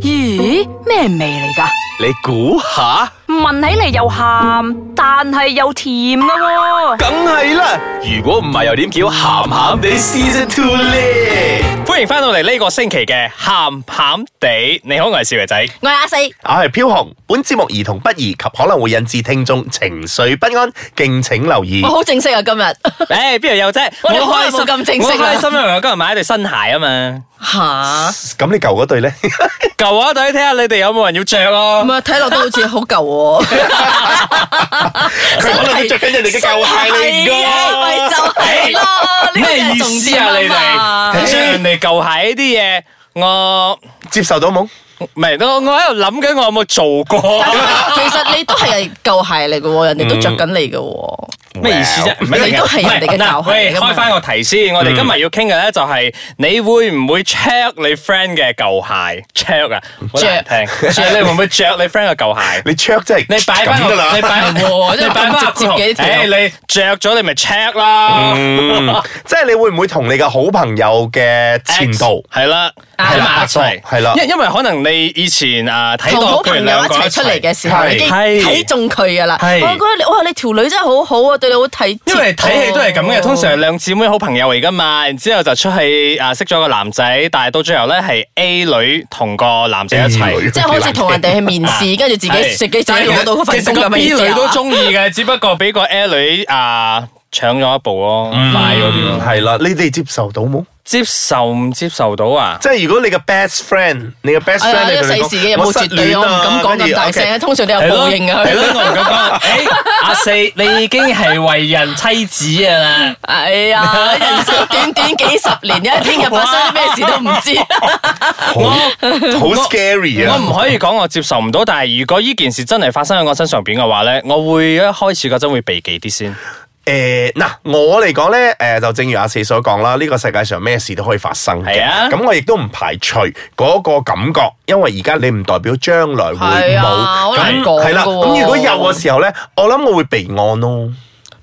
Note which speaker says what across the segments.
Speaker 1: 咦，咩味嚟噶？
Speaker 2: 你估下，
Speaker 1: 聞起嚟又鹹，但係又甜噶喎、
Speaker 2: 梗係啦。如果唔係，又點叫鹹鹹地 Season Two 咧？
Speaker 3: 歡迎翻到嚟呢個星期嘅鹹鹹地，你好，我係少爺仔。
Speaker 4: 我係阿四，
Speaker 3: 嗯
Speaker 2: 我係飄紅，本節目兒童不宜及可能會引致聽眾情緒不安，敬請留意
Speaker 4: 我。好正式啊 今日
Speaker 3: 誒，邊度有啫？
Speaker 4: 我哋可能冇咁正式
Speaker 3: 我
Speaker 4: 啊
Speaker 3: 開心因為我今日買一對新鞋啊嘛。
Speaker 4: 吓，
Speaker 2: 咁你舊嗰對呢？
Speaker 3: 舊我隊睇下你哋有冇人要着
Speaker 4: 唔
Speaker 3: 咯。
Speaker 4: 係睇落都好似好 舊喎，
Speaker 2: 佢可能都着緊人哋嘅舊鞋嚟
Speaker 4: 係啊咪
Speaker 2: 㗎。
Speaker 4: 就係咯，呢個
Speaker 3: 咩
Speaker 4: 先
Speaker 3: 意
Speaker 4: 係重
Speaker 3: 思
Speaker 4: 點
Speaker 3: 啊？你
Speaker 4: 嘛
Speaker 3: 哋着人哋舊鞋呢啲嘢，我
Speaker 2: 接受到冇？
Speaker 3: 唔係我我喺度諗緊，我有冇做 過？
Speaker 4: 其實你都係舊鞋嚟嘅喎，人哋都着緊你嘅喎。
Speaker 3: 咩意思啫？
Speaker 2: Well，
Speaker 3: 唔係
Speaker 4: 你都係人哋嘅
Speaker 3: 唔係嗱
Speaker 4: 教學
Speaker 3: 喂，
Speaker 4: 嚟㗎嘛
Speaker 3: 開翻個題先，我哋今日要傾嘅咧就係你會唔會 check 你 friend 嘅舊鞋？check 啊，好難聽。所以你會唔會 check 你 friend 嘅舊鞋？
Speaker 2: 你 check 真係
Speaker 3: 你擺
Speaker 2: 咁
Speaker 3: 翻
Speaker 2: 㗎啦
Speaker 3: 個，你擺
Speaker 4: 哇
Speaker 3: 你
Speaker 4: 真係
Speaker 3: 擺翻
Speaker 4: 咁直接嘅條
Speaker 3: 誒，你着咗你咪 check 啦。
Speaker 2: 嗯，即係你會唔會同你嘅好朋友嘅前度？
Speaker 3: 係啦，
Speaker 4: 啊
Speaker 3: 喺埋一齊
Speaker 2: 係啦
Speaker 3: 因因為可能你以前啊睇
Speaker 4: 同
Speaker 3: 到
Speaker 4: 好
Speaker 3: 佢哋
Speaker 4: 朋友
Speaker 3: 兩
Speaker 4: 一
Speaker 3: 個
Speaker 4: 齊出嚟嘅時候，
Speaker 2: 係
Speaker 4: 你已經
Speaker 3: 係
Speaker 4: 睇中佢噶啦。
Speaker 3: 係
Speaker 4: 我覺得你哇，你條女真係好好啊，對你好體貼。
Speaker 3: 因
Speaker 4: 哦
Speaker 3: 為睇戲都係咁嘅，通常係兩姊妹好朋友嚟噶嘛，然之後就出去啊識咗個男仔，但係到最後咧係 A 女同個男仔一
Speaker 2: A 女
Speaker 3: 齊。
Speaker 4: 即係好似同人哋去面試， 跟住自己自己就攞到嗰份工咁嘅意
Speaker 3: 其實個 B
Speaker 4: 思
Speaker 3: 女都
Speaker 4: 啊。
Speaker 3: 中意嘅，只不過俾個 A 女啊搶咗一步咯，快咗啲
Speaker 2: 嗯
Speaker 3: 咯。
Speaker 2: 係啦，你哋接受到冇？
Speaker 3: 接受唔接受到啊？
Speaker 2: 即係如果你嘅 best friend，你嘅 best
Speaker 4: 哎呀
Speaker 2: friend，你
Speaker 4: 呢個
Speaker 2: 同佢
Speaker 4: 世
Speaker 2: 講
Speaker 4: 事嘅有
Speaker 2: 我
Speaker 4: 冇
Speaker 2: 失
Speaker 4: 絕對？
Speaker 2: 戀
Speaker 4: 我唔
Speaker 2: 啊
Speaker 4: 敢講
Speaker 2: 跟
Speaker 4: 咁
Speaker 2: 住
Speaker 3: 哦
Speaker 4: 大
Speaker 2: OK，
Speaker 4: 聲，通常都有報應啊
Speaker 3: 係
Speaker 4: 嘅。
Speaker 3: 咯，我唔敢 講。誒，阿四，你已經係為人妻子啊啦。
Speaker 4: 哎呀，人生短短幾十年，因為聽日發生啲咩事都唔 知。
Speaker 2: 好好 scary
Speaker 3: 我
Speaker 2: 啊！
Speaker 3: 唔可以講我接受唔到，但係如果呢件事真係發生喺我身上邊嘅話咧，我會一開始嗰陣會避忌啲先。
Speaker 2: 誒呃嗱、我嚟講咧，誒、就正如阿四所講啦，呢、個世界上咩事都可以發生嘅。
Speaker 3: 係啊
Speaker 2: 咁我亦都唔排除嗰個感覺，因為而家你唔代表將來會
Speaker 4: 係
Speaker 2: 冇。
Speaker 4: 啊好難
Speaker 2: 咁
Speaker 4: 講
Speaker 2: 係啦，
Speaker 4: 㗎喎
Speaker 2: 咁如果有嘅時候咧，我諗我會備案咯。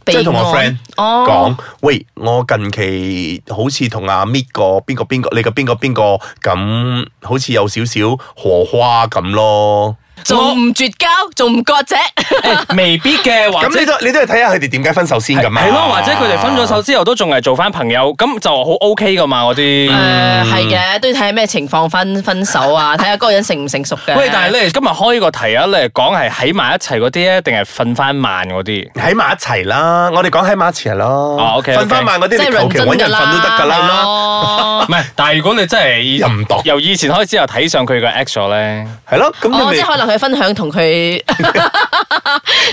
Speaker 2: 即係同我 friend
Speaker 4: 備案哦
Speaker 2: 講，喂，我近期好似同阿 Mid 個邊個邊個，你個邊個邊個咁，好似有少少荷花咁咯。
Speaker 4: 仲唔絕交，仲唔割席？
Speaker 3: 誒 未必嘅，或
Speaker 2: 咁
Speaker 3: 者
Speaker 2: 你都你啊都係睇下佢哋點解分手先
Speaker 3: 係
Speaker 2: 㗎嘛。啊
Speaker 3: 係咯，或者佢哋分咗手之後都仲係做翻朋友，咁就好 OK 噶嘛嗰啲。
Speaker 4: 誒
Speaker 2: 嗯
Speaker 4: 係嘅，都要睇下咩情況分分手啊，睇下嗰個人成唔成熟嘅。
Speaker 3: 喂，但係你今日開個題啊，你係講係喺埋一齊嗰啲咧，定係瞓翻慢嗰啲？
Speaker 2: 喺埋一齊啦，我哋講喺埋一齊啦。
Speaker 3: 哦，OK，OK
Speaker 2: 瞓翻晚嗰
Speaker 4: 即
Speaker 2: 啲，
Speaker 4: 係
Speaker 2: 你求其
Speaker 4: 認
Speaker 2: 揾
Speaker 4: 真
Speaker 2: 人
Speaker 4: 㗎
Speaker 2: 瞓都得㗎
Speaker 4: 係
Speaker 2: 啦。
Speaker 4: 咯
Speaker 3: 唔係，但係如果你真係以
Speaker 2: 又唔讀
Speaker 3: 由以前開始又睇上佢個 ex 咗咧，
Speaker 2: 係咯，咁
Speaker 4: 哦，
Speaker 2: 你
Speaker 4: 即
Speaker 2: 咪
Speaker 4: 係可能佢分享同佢，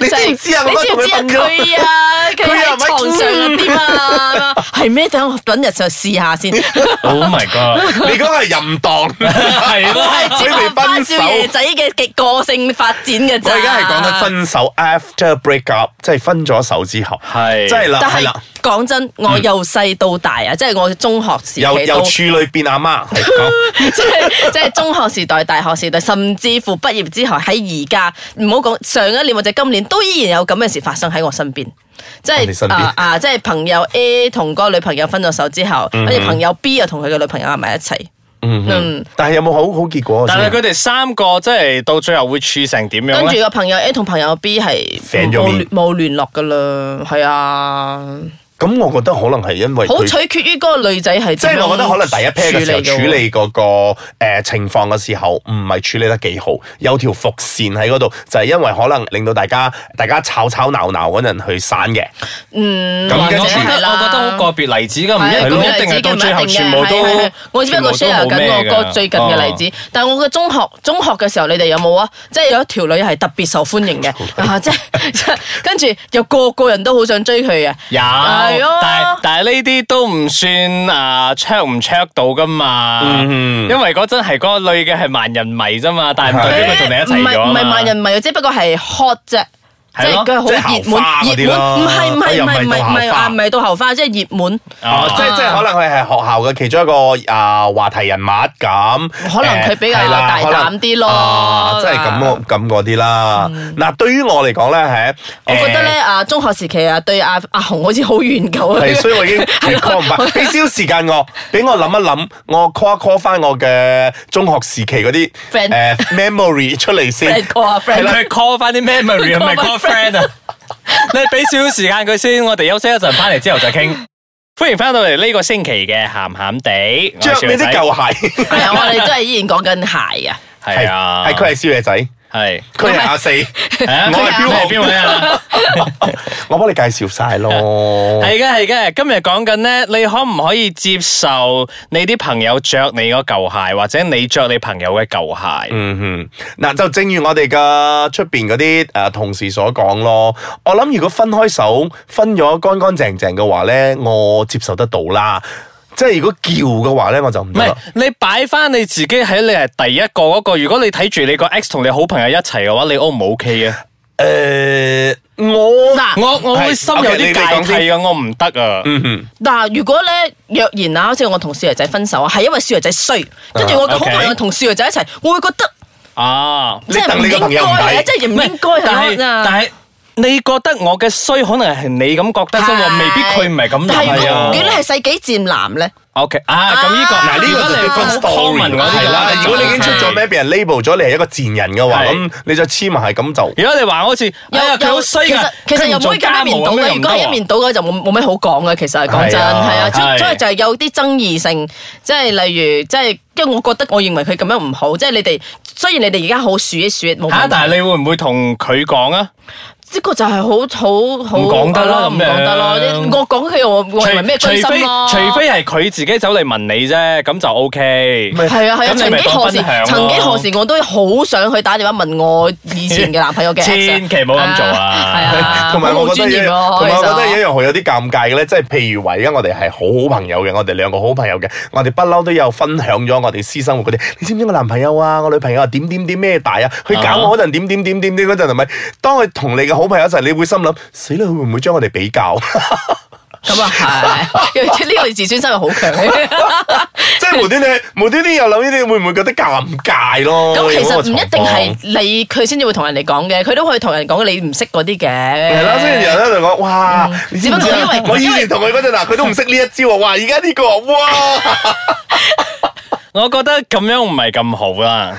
Speaker 2: 你知唔知啊？我
Speaker 4: 你
Speaker 2: 都
Speaker 4: 知
Speaker 2: 同
Speaker 4: 唔
Speaker 2: 佢
Speaker 4: 知啊？
Speaker 2: 分咗。佢
Speaker 4: 佢啊，佢
Speaker 2: 又
Speaker 4: 喺
Speaker 2: 咪
Speaker 4: 床上嗰啲嘛， 係咩？等我等日就試下先。
Speaker 3: Oh my god！
Speaker 2: 你嗰個係淫蕩，
Speaker 3: 係咯，
Speaker 4: 係只
Speaker 2: 佢哋
Speaker 4: 係
Speaker 2: 分
Speaker 4: 班
Speaker 2: 手
Speaker 4: 少爺仔嘅極個性發展嘅
Speaker 2: 我
Speaker 4: 咋。
Speaker 2: 而家係講緊分手 after break up，即係分咗手之後，
Speaker 3: 係
Speaker 2: 即係啦，
Speaker 4: 但
Speaker 2: 啊係
Speaker 4: 係
Speaker 2: 啦，嗯
Speaker 4: 講真，我由細到大啊，即係我中學時
Speaker 2: 由
Speaker 4: 期
Speaker 2: 由
Speaker 4: 都，
Speaker 2: 處女變阿媽，係 講
Speaker 4: 即係即係中學時代、大學時代，甚至乎畢業之後喺而家，唔好講上一年或者今年，都依然有咁嘅事發生喺我身邊。即
Speaker 2: 喺你身
Speaker 4: 係
Speaker 2: 邊
Speaker 4: 啊啊！即係朋友 A 同個女朋友分咗手之後，嗯
Speaker 2: 啊
Speaker 4: 跟住朋友 B 又同佢嘅女朋友喺埋一齊。
Speaker 2: 嗯
Speaker 4: 嗯
Speaker 2: 哼，但係有冇好好結果
Speaker 3: 但
Speaker 2: 先？
Speaker 3: 係佢哋三個即係到最後會處成點
Speaker 4: 跟
Speaker 3: 樣
Speaker 4: 住
Speaker 3: 咧？
Speaker 4: 個朋友 A 同朋友 B 係
Speaker 2: 醒咗面
Speaker 4: 冇冇聯絡噶啦，係啊，
Speaker 2: 咁我覺得可能係因為
Speaker 4: 好
Speaker 2: 佢
Speaker 4: 取決於嗰個女仔係
Speaker 2: 即係我覺得可能第一 pair 嘅時候
Speaker 4: 點樣
Speaker 2: 處
Speaker 4: 嘅喎
Speaker 2: 理嗰、個誒、呃情況嘅時候，唔係處理得幾好，有條伏線喺嗰度，就係、因為可能令到大家大家吵吵鬧鬧嗰陣去散嘅。嗯，咁
Speaker 4: 或
Speaker 2: 跟
Speaker 4: 者
Speaker 3: 我
Speaker 2: 住
Speaker 3: 覺
Speaker 4: 係
Speaker 3: 得
Speaker 4: 啦
Speaker 3: 我覺得好個別例子㗎，唔
Speaker 4: 係啊
Speaker 3: 一
Speaker 4: 咁
Speaker 3: 唔
Speaker 4: 嘅
Speaker 3: 一定
Speaker 4: 例
Speaker 3: 係
Speaker 4: 子
Speaker 3: 到最後
Speaker 4: 嘅
Speaker 3: 全部
Speaker 4: 係啊係係
Speaker 3: 都。
Speaker 4: 我只不過
Speaker 3: 全部
Speaker 4: share
Speaker 3: 都冇咩哦
Speaker 4: 緊我個
Speaker 3: 㗎
Speaker 4: 最近嘅例子，但係我嘅中學中學嘅時候，你哋有冇啊？即係有一條女係特別受歡 迎嘅啊！即係 即係跟住又個個人都好想追佢嘅。
Speaker 3: 有，
Speaker 4: 係啊
Speaker 3: 但係但係呢啲都唔算啊 check 唔 check 到噶嘛，因為嗰陣係嗰個嗯女嘅係萬人迷啫嘛，但係唔代表佢同你一
Speaker 4: 唔
Speaker 3: 齊
Speaker 4: 係
Speaker 3: 咗啊
Speaker 4: 唔
Speaker 3: 嘛
Speaker 4: 係萬人迷，只不過係 hot 啫。即係佢好
Speaker 2: 即係校
Speaker 4: 熱門
Speaker 2: 花嗰，啲
Speaker 4: 熱
Speaker 2: 咯
Speaker 4: 門唔係唔
Speaker 2: 哎
Speaker 4: 係
Speaker 2: 呀
Speaker 4: 唔係
Speaker 2: 唔
Speaker 4: 唔
Speaker 2: 係到
Speaker 4: 係唔
Speaker 2: 校
Speaker 4: 係
Speaker 2: 花
Speaker 4: 啊，唔係到後花，即係熱門。
Speaker 2: 哦，即係即係可能佢係學校嘅其中一個啊話題人物咁，呃
Speaker 4: 可能佢比較
Speaker 2: 誒係啦
Speaker 4: 大膽啲咯嗯
Speaker 2: 可能啊即係咁咁嗰啲啦。嗱，對於我嚟講咧，係
Speaker 4: 我覺得咧。啊，中學時期啊，對阿阿紅好似好遠 舊啊。
Speaker 2: 係，所以我已經
Speaker 4: 係咯
Speaker 2: recall 唔翻，俾少少時間我，俾我諗一諗，我 call 一 call 翻我嘅中學時期嗰啲
Speaker 4: Friend
Speaker 2: 誒 memory 出嚟
Speaker 4: friend
Speaker 2: 先。
Speaker 4: call 啊
Speaker 3: 你
Speaker 4: friend，
Speaker 3: 去 call 翻啲 memory 唔係
Speaker 4: call
Speaker 3: call friend 啊？你俾少少時間佢先，我哋休息一陣，翻嚟之後再傾。歡迎翻到嚟呢個星期嘅鹹鹹地，
Speaker 2: 着你啲
Speaker 3: 舊
Speaker 2: 舊鞋，
Speaker 4: 係啊，我哋都係依然講緊鞋啊。
Speaker 3: 係啊，
Speaker 2: 係佢係少爺仔，
Speaker 3: 係
Speaker 2: 佢係阿四，
Speaker 3: 係啊，
Speaker 2: 我係標
Speaker 3: 係
Speaker 2: 紅
Speaker 3: 邊位啊？
Speaker 2: 我幫你介紹晒 咯。哦
Speaker 3: 係嘅，係嘅。今日講緊咧，你可唔可以接受你啲朋友着你嗰舊鞋，或者你着你朋友嘅舊鞋？
Speaker 2: 嗯哼，嗱就正如我哋嘅出邊嗰啲誒同事所講咯，我諗如果分開手分咗乾乾淨淨嘅話咧，我接受得到啦。即係如果叫嘅話咧，我就唔
Speaker 3: 唔
Speaker 2: 得
Speaker 3: 係
Speaker 2: 啦。，
Speaker 3: 你擺翻你自己喺你係第一個嗰、個。如果你睇住你個 ex 同你好朋友一齊嘅話，你 O 唔 O K 啊？
Speaker 2: 誒、呃我
Speaker 4: 嗱
Speaker 3: 我我會心有啲
Speaker 2: OK，你你講嗯
Speaker 3: 芥蒂啊，我唔得啊。
Speaker 4: 嗱，如果咧若然啊，好似我同少爺仔分手啊，係因為少爺仔衰，跟住我嘅好朋友
Speaker 3: OK
Speaker 4: 同少爺仔一齊，我會覺得
Speaker 3: 啊，
Speaker 2: 你
Speaker 4: 即係
Speaker 2: 戥
Speaker 4: 唔
Speaker 2: 你個朋
Speaker 4: 應
Speaker 2: 友唔
Speaker 4: 該啊，
Speaker 2: 抵
Speaker 4: 即係唔應該
Speaker 3: 但係
Speaker 4: 係啊。
Speaker 3: 但係。你覺得我嘅衰，可能係你咁覺得啫喎，未必佢唔係咁
Speaker 4: 但係
Speaker 3: 諗
Speaker 4: 如
Speaker 3: 啊
Speaker 4: 果如果你係世紀賤男咧，
Speaker 3: O K 啊，咁呢個
Speaker 4: 啊
Speaker 2: 嗱呢
Speaker 3: 如
Speaker 2: 個
Speaker 3: 果
Speaker 2: 就
Speaker 3: 你
Speaker 2: different
Speaker 3: 好 common
Speaker 2: story
Speaker 3: 嗰啲
Speaker 2: 係啦
Speaker 4: 就。係
Speaker 2: 如果你已經出咗咩，俾人 label 咗你係一個賤人嘅話，
Speaker 3: 係
Speaker 2: 咁你就黐埋係咁就。
Speaker 3: 如果你話我好似，哎呀佢好衰
Speaker 4: 其
Speaker 3: 㗎
Speaker 4: 實其實
Speaker 3: 佢唔
Speaker 4: 又唔
Speaker 3: 做
Speaker 4: 可以咁
Speaker 3: 家
Speaker 4: 一面
Speaker 3: 務
Speaker 4: 倒
Speaker 3: 咁樣唔啊
Speaker 4: 嘅，如果
Speaker 3: 得
Speaker 4: 係一
Speaker 3: 喎
Speaker 4: 面倒嘅就冇冇咩好講嘅。其實講真
Speaker 2: 係啊
Speaker 4: 係啊，即
Speaker 3: 係
Speaker 4: 所以就係有啲爭議性，即係例如即係，因為我覺得我認為佢咁樣唔好，即係你哋雖然你哋而家好數一數冇
Speaker 3: 嚇
Speaker 4: 問題，
Speaker 3: 但係你會唔會同佢講啊？
Speaker 4: 呢個就係好好好
Speaker 3: 唔講得啦
Speaker 4: 我唔
Speaker 3: 咁樣
Speaker 4: 講得咯。我講佢又我我認為咩
Speaker 3: 除
Speaker 4: 居
Speaker 3: 除非
Speaker 4: 心咯。
Speaker 3: 除非係佢自己走嚟問你啫，咁就 O K。
Speaker 4: 係啊係啊，
Speaker 3: 咁你
Speaker 4: 曾
Speaker 3: 咪
Speaker 4: 幾
Speaker 3: 當
Speaker 4: 何時
Speaker 3: 分享咯
Speaker 4: 曾幾 何時我都好想去打電話問我以前嘅男朋友嘅 ex 啊
Speaker 3: 千祈唔好咁做啊
Speaker 4: 係啊，
Speaker 2: 同埋
Speaker 4: 好
Speaker 2: 我
Speaker 4: 冇
Speaker 2: 覺
Speaker 4: 專
Speaker 2: 得
Speaker 4: 業
Speaker 2: 有，
Speaker 4: 咯，
Speaker 2: 同埋我覺得
Speaker 4: 其
Speaker 2: 有
Speaker 4: 實
Speaker 2: 一樣好有啲尷尬嘅咧，即係譬如話，而家我哋係好好朋友嘅，我哋兩個好朋友嘅，我哋不嬲都有分享咗我哋私生活嗰啲。你知唔知我男朋友啊，我女朋友啊點點點咩大啊？佢搞我嗰陣點點點點點嗰陣係咪？當佢同你嘅好朋友一齊，你會心諗死啦，佢會唔會將我哋比較？啊
Speaker 4: 咁啊係， 因為呢個自尊心係好強嘅。
Speaker 2: 即係無端端無端端又諗呢啲，會唔會覺得尷尬咯？
Speaker 4: 咁其實唔一定
Speaker 2: 有嗰個狀況
Speaker 4: 係你佢先至會同人哋講嘅，佢都可以同人講你唔識嗰啲嘅。
Speaker 2: 係
Speaker 4: 係
Speaker 2: 啦，所以人咧就講，哇！你知唔知
Speaker 4: 嗯只不過因
Speaker 2: 啊
Speaker 4: 為
Speaker 2: 我以前同佢嗰陣啊，佢都唔識呢一招啊，哇！而家呢個 哇，
Speaker 3: 我覺得咁樣唔係咁好啦。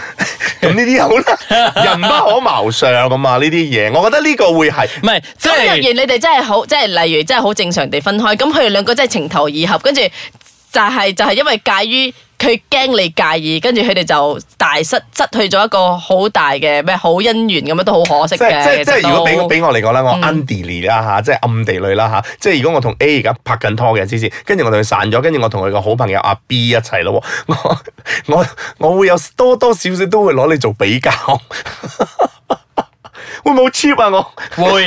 Speaker 2: 咁呢啲好啦，人不可貌相啊嘛，呢啲嘢，我覺得呢個會係
Speaker 3: 唔係即
Speaker 4: 咁若然
Speaker 3: 係
Speaker 4: 你哋真係好，即係例如真係好正常地分開，咁佢哋兩個真係情投意合，跟住就係、就係、因為介於佢驚你介意，跟住佢哋就大失失去咗一個好大嘅咩好姻緣咁樣都好可惜
Speaker 2: 即係即
Speaker 4: 嘅。
Speaker 2: 係即係，
Speaker 4: 其實
Speaker 2: 如果俾
Speaker 4: 都嗯
Speaker 2: 俾我嚟講啦，我 underly 啦嚇，即係暗地裏啦嚇。即係如果我同 A 而家拍緊拖嘅之前，跟住我同佢散咗，跟住我同佢個好朋友阿 B 一齊咯喎，我 我我會有多多少少都會攞你做比較， 會唔會好 cheap 啊我？
Speaker 3: 會，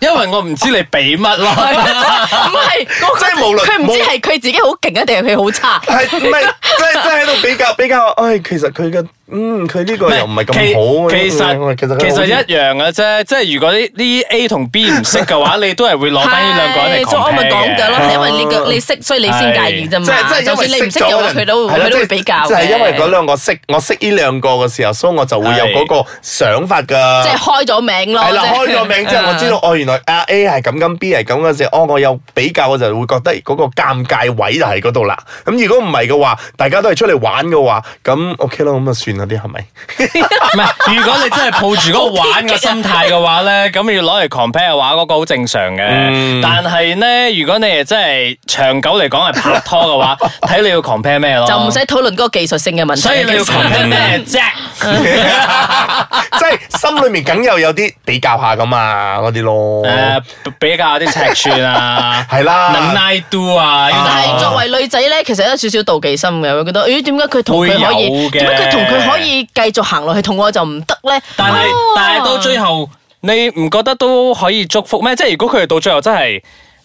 Speaker 3: 因為我唔知你俾乜 咯。
Speaker 4: 唔 係，我
Speaker 2: 即係無論
Speaker 4: 佢唔知係佢自己好勁啊，定係佢好差。
Speaker 2: 系唔係？即係即係喺度比較比較，唉、其實佢嘅嗯，佢呢個又唔係咁好。嗯
Speaker 3: 其其實
Speaker 2: 其實
Speaker 3: 其實
Speaker 2: 實
Speaker 3: 一樣嘅啫，即係如果呢呢 A 同 B 唔識 嘅話，你都係會攞翻呢兩個人嚟
Speaker 4: 係所以我咪講
Speaker 3: compare
Speaker 4: 咗咯，
Speaker 3: 嘅。
Speaker 4: 係因為呢個你識，所以你先介意啫嘛。
Speaker 2: 即係即係
Speaker 4: 就
Speaker 2: 因為
Speaker 4: 算你
Speaker 2: 識
Speaker 4: 唔識
Speaker 2: 咗
Speaker 4: 嘅話，
Speaker 2: 嗰陣
Speaker 4: 佢都
Speaker 2: 係啦
Speaker 4: 佢都
Speaker 2: 即
Speaker 4: 會
Speaker 2: 係
Speaker 4: 比較嘅。
Speaker 2: 即係因為嗰兩個識，我識呢兩個嘅時候，所以我就會有嗰個想法㗎。
Speaker 4: 即係開咗名咯。
Speaker 2: 係啦，
Speaker 4: 即係
Speaker 2: 開咗名之後，我知道哦，原來啊 A 係咁，咁 B 係咁嗰時，哦，我有比較，我就會覺得嗰個尷尬位就喺嗰度啦。咁如果唔係嘅話，大家都係出嚟玩嘅話，咁 OK 咯，咁啊算啦啲係咪？
Speaker 3: 唔係，如果你真係抱住嗰個玩嘅心態嘅話咧，咁要攞嚟 compare 嘅話，嗰個好正常嘅。
Speaker 2: 嗯
Speaker 3: 但係咧，如果你係真係長久嚟講係拍拖 嘅話，睇你要 compare 咩咯。
Speaker 4: 就唔使，討論嗰個技術性嘅問題。
Speaker 3: 哦所以你要
Speaker 4: 其實
Speaker 3: compare 咩啫？
Speaker 2: 即係心裏面梗又有啲比較下噶嘛，嗰啲咯。
Speaker 3: 誒，比較啲尺寸啊，
Speaker 2: 係啦
Speaker 3: 能耐度啊，要
Speaker 4: 但係
Speaker 3: 大
Speaker 4: 作為女仔咧，其實有少少妒忌心嘅，會覺得咦點解佢同佢可
Speaker 3: 會
Speaker 4: 以
Speaker 3: 有嘅
Speaker 4: 點解佢同佢可以繼續行落去，同我就唔得咧？
Speaker 3: 但係
Speaker 4: 哦
Speaker 3: 但係到最後，你唔覺得都可以祝福咩？即係如果佢哋到最後真係誒、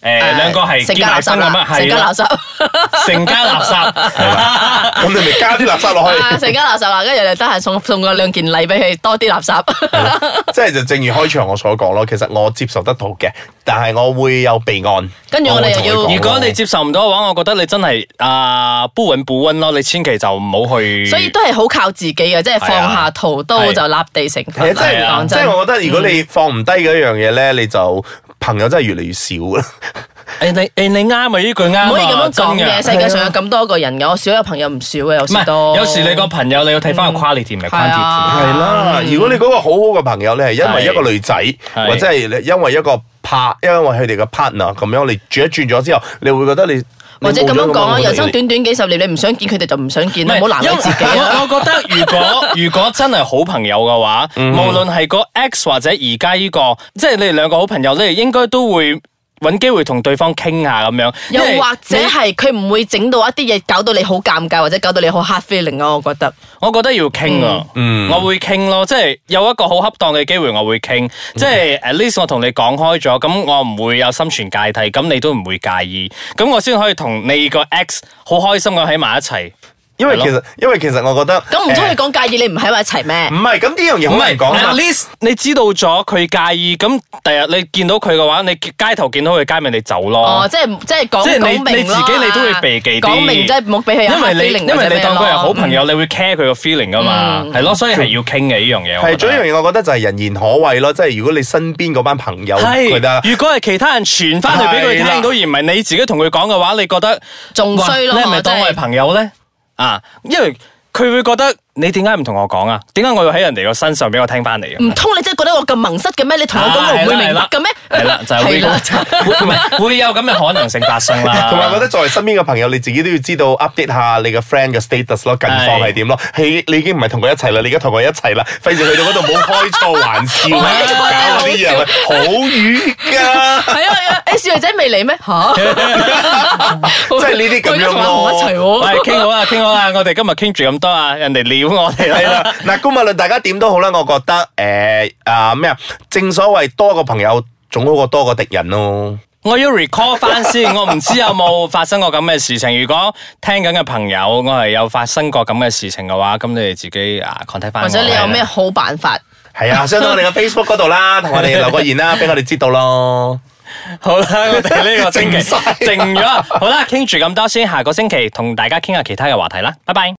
Speaker 3: 诶
Speaker 4: 誒
Speaker 3: 兩個係
Speaker 4: 成
Speaker 3: 結
Speaker 4: 家
Speaker 3: 埋
Speaker 4: 垃圾
Speaker 3: 婚咁
Speaker 4: 啦
Speaker 3: 啊，，
Speaker 4: 成
Speaker 3: 係
Speaker 4: 家
Speaker 3: 啦
Speaker 4: 垃，圾，
Speaker 3: 成家垃 圾。
Speaker 2: 咁你咪加啲垃圾落去。
Speaker 4: 啊成家垃圾啦，跟住就得閒送送個兩件禮俾佢，多啲垃圾。
Speaker 2: 即係就正如開場我所講咯，其實我接受得到嘅，但係我會有備案。
Speaker 4: 跟住我哋又要
Speaker 2: 會同佢講
Speaker 3: 如果你接受唔到嘅話，我覺得你真係啊不穩不穩咯，你千祈就唔好去。
Speaker 4: 所以都係好靠自己嘅，即係放下屠刀
Speaker 3: 係
Speaker 4: 就立地成
Speaker 2: 係
Speaker 4: 佛。
Speaker 2: 啊，即
Speaker 3: 係啊
Speaker 2: 係
Speaker 4: 講
Speaker 2: 即
Speaker 4: 真
Speaker 2: 係，我覺得如果你放唔低嗰樣嘢咧，你就朋友真係越嚟越少啦。
Speaker 3: 誒你誒你啱啊！呢句啱啊
Speaker 4: 唔可以咁樣講
Speaker 3: 真
Speaker 4: 嘅。世界上有咁多個人嘅，我少有朋友唔少嘅，有
Speaker 3: 唔
Speaker 4: 時都
Speaker 3: 係，有時你個朋友你要睇
Speaker 4: 嗯
Speaker 3: 翻個 quality 唔係
Speaker 4: 啊
Speaker 3: quantity。
Speaker 2: 係啦，如果你嗰個好好嘅朋友，你係因為一個女仔，
Speaker 3: 係
Speaker 2: 或者係你因為一個拍，因為佢哋嘅 partner 咁樣，你轉一轉咗之後，你會覺得你
Speaker 4: 或者咁樣講啊，
Speaker 2: 你冇咗咁樣嘅
Speaker 4: 人
Speaker 2: 魅
Speaker 4: 生
Speaker 2: 力
Speaker 4: 短短幾十年，你唔想見佢哋就唔想見啦，唔好難為自己啊
Speaker 3: 因為
Speaker 4: 啦。
Speaker 3: 我我覺得如 果如果真係好朋友嘅話，
Speaker 4: 嗯
Speaker 3: 無論係個 X 或者而家呢個，即係你哋兩個好朋友，你哋應該都會揾機會同對方傾下咁樣。
Speaker 4: 又
Speaker 3: 因為
Speaker 4: 或者
Speaker 3: 你
Speaker 4: 係佢唔會整到一啲嘢，搞到你好尷尬，或者搞到你好 hard feeling 咯。我覺得
Speaker 3: 我覺得要傾啊，
Speaker 4: 嗯
Speaker 3: 我會傾咯，即係有一個好恰當嘅機會，我會傾，即係 at least 我同你講開咗，咁我唔會有心存芥蒂，咁你都唔會介意，咁我先可以同你個 ex 好開心咁喺埋一齊。
Speaker 2: 因為
Speaker 3: 係咯
Speaker 2: 其實因為其實我覺得
Speaker 4: 咁唔通
Speaker 2: 誒
Speaker 4: 佢講介意你唔喺埋一齊咩
Speaker 2: 唔？
Speaker 4: 嗯
Speaker 2: 係咁呢樣嘢好難講啊
Speaker 3: at。least 你知道咗佢介意，咁第日你見到佢嘅話，你街頭見到佢街面你走
Speaker 4: 哦
Speaker 3: 咯，。
Speaker 4: 即係即係
Speaker 3: 即係你
Speaker 4: 講講明
Speaker 3: 你自己
Speaker 4: 咯
Speaker 3: 你都會避忌啲，
Speaker 4: 講明即係冇俾佢有
Speaker 3: 因
Speaker 4: hard
Speaker 3: 為你
Speaker 4: feeling 啊
Speaker 3: 因
Speaker 4: 或者
Speaker 3: 為你
Speaker 4: 咩
Speaker 3: 當佢係
Speaker 4: 咯嗯
Speaker 3: 好朋友，你會 care 佢個 feeling 噶嘛，係咯，所以係要傾嘅呢樣嘢。我
Speaker 2: 係，
Speaker 3: 覺
Speaker 2: 仲
Speaker 3: 得
Speaker 2: 有一樣嘢，我覺得就係人言可畏咯，即係如果你身邊嗰班朋友佢得
Speaker 3: 系，。如果係其他人傳翻去俾佢聽到，而唔係你自己同佢講嘅話，你覺得
Speaker 4: 仲衰咯
Speaker 3: 哇你係咪
Speaker 4: 我真
Speaker 3: 當
Speaker 4: 係
Speaker 3: 我係朋友咧？啊，因為佢會覺得你點解唔同我講啊？點解我要喺人哋個身上俾我聽翻嚟啊？
Speaker 4: 唔通你真係覺得我咁萌塞嘅咩？你同我講我唔會明白嘅咩？
Speaker 3: 係啦，就係會
Speaker 4: 係啦
Speaker 3: 會唔係會有咁嘅可能性發生啦。
Speaker 2: 同埋，我覺得作為身邊嘅朋友，你自己都要知道 update 下你嘅 friend 嘅 status 咯，近況係點咯。你你已經唔係同佢一齊啦，你而家同佢一齊啦，費事去到嗰度冇開錯玩笑，
Speaker 4: 哇呢個真係
Speaker 2: 搞
Speaker 4: 好
Speaker 2: 嗰啲嘢好淤㗎。
Speaker 4: 係啊係啊！誒小女仔未嚟咩？ 嚇！
Speaker 2: 即係呢啲咁樣咯
Speaker 4: 佢都同我唔一齊喎。
Speaker 3: 喂，傾好啊，傾好啊，我哋今日傾住咁多啊，人哋撩我哋
Speaker 2: 係
Speaker 3: 啦。
Speaker 2: 啦，嗱，姑勿論大家點都好啦，我覺得誒啊咩啊，正所謂多個朋友總好過多個敵人咯。
Speaker 3: 我要 recall 翻先，我唔知有冇發生過咁嘅事情。如果聽緊嘅朋友，我係有發生過咁嘅事情嘅話，咁你哋自己啊 contact 翻我。
Speaker 4: 或者你有咩好辦法？
Speaker 2: 係啊，上到我哋嘅 Facebook 嗰度啦，同我哋留個言啦，俾我哋知道咯。
Speaker 3: 好啦，我哋呢個星期
Speaker 2: 靜晒
Speaker 3: 靜咗，好啦，傾住咁多先，下個星期同大家傾下其他嘅話題啦，拜拜。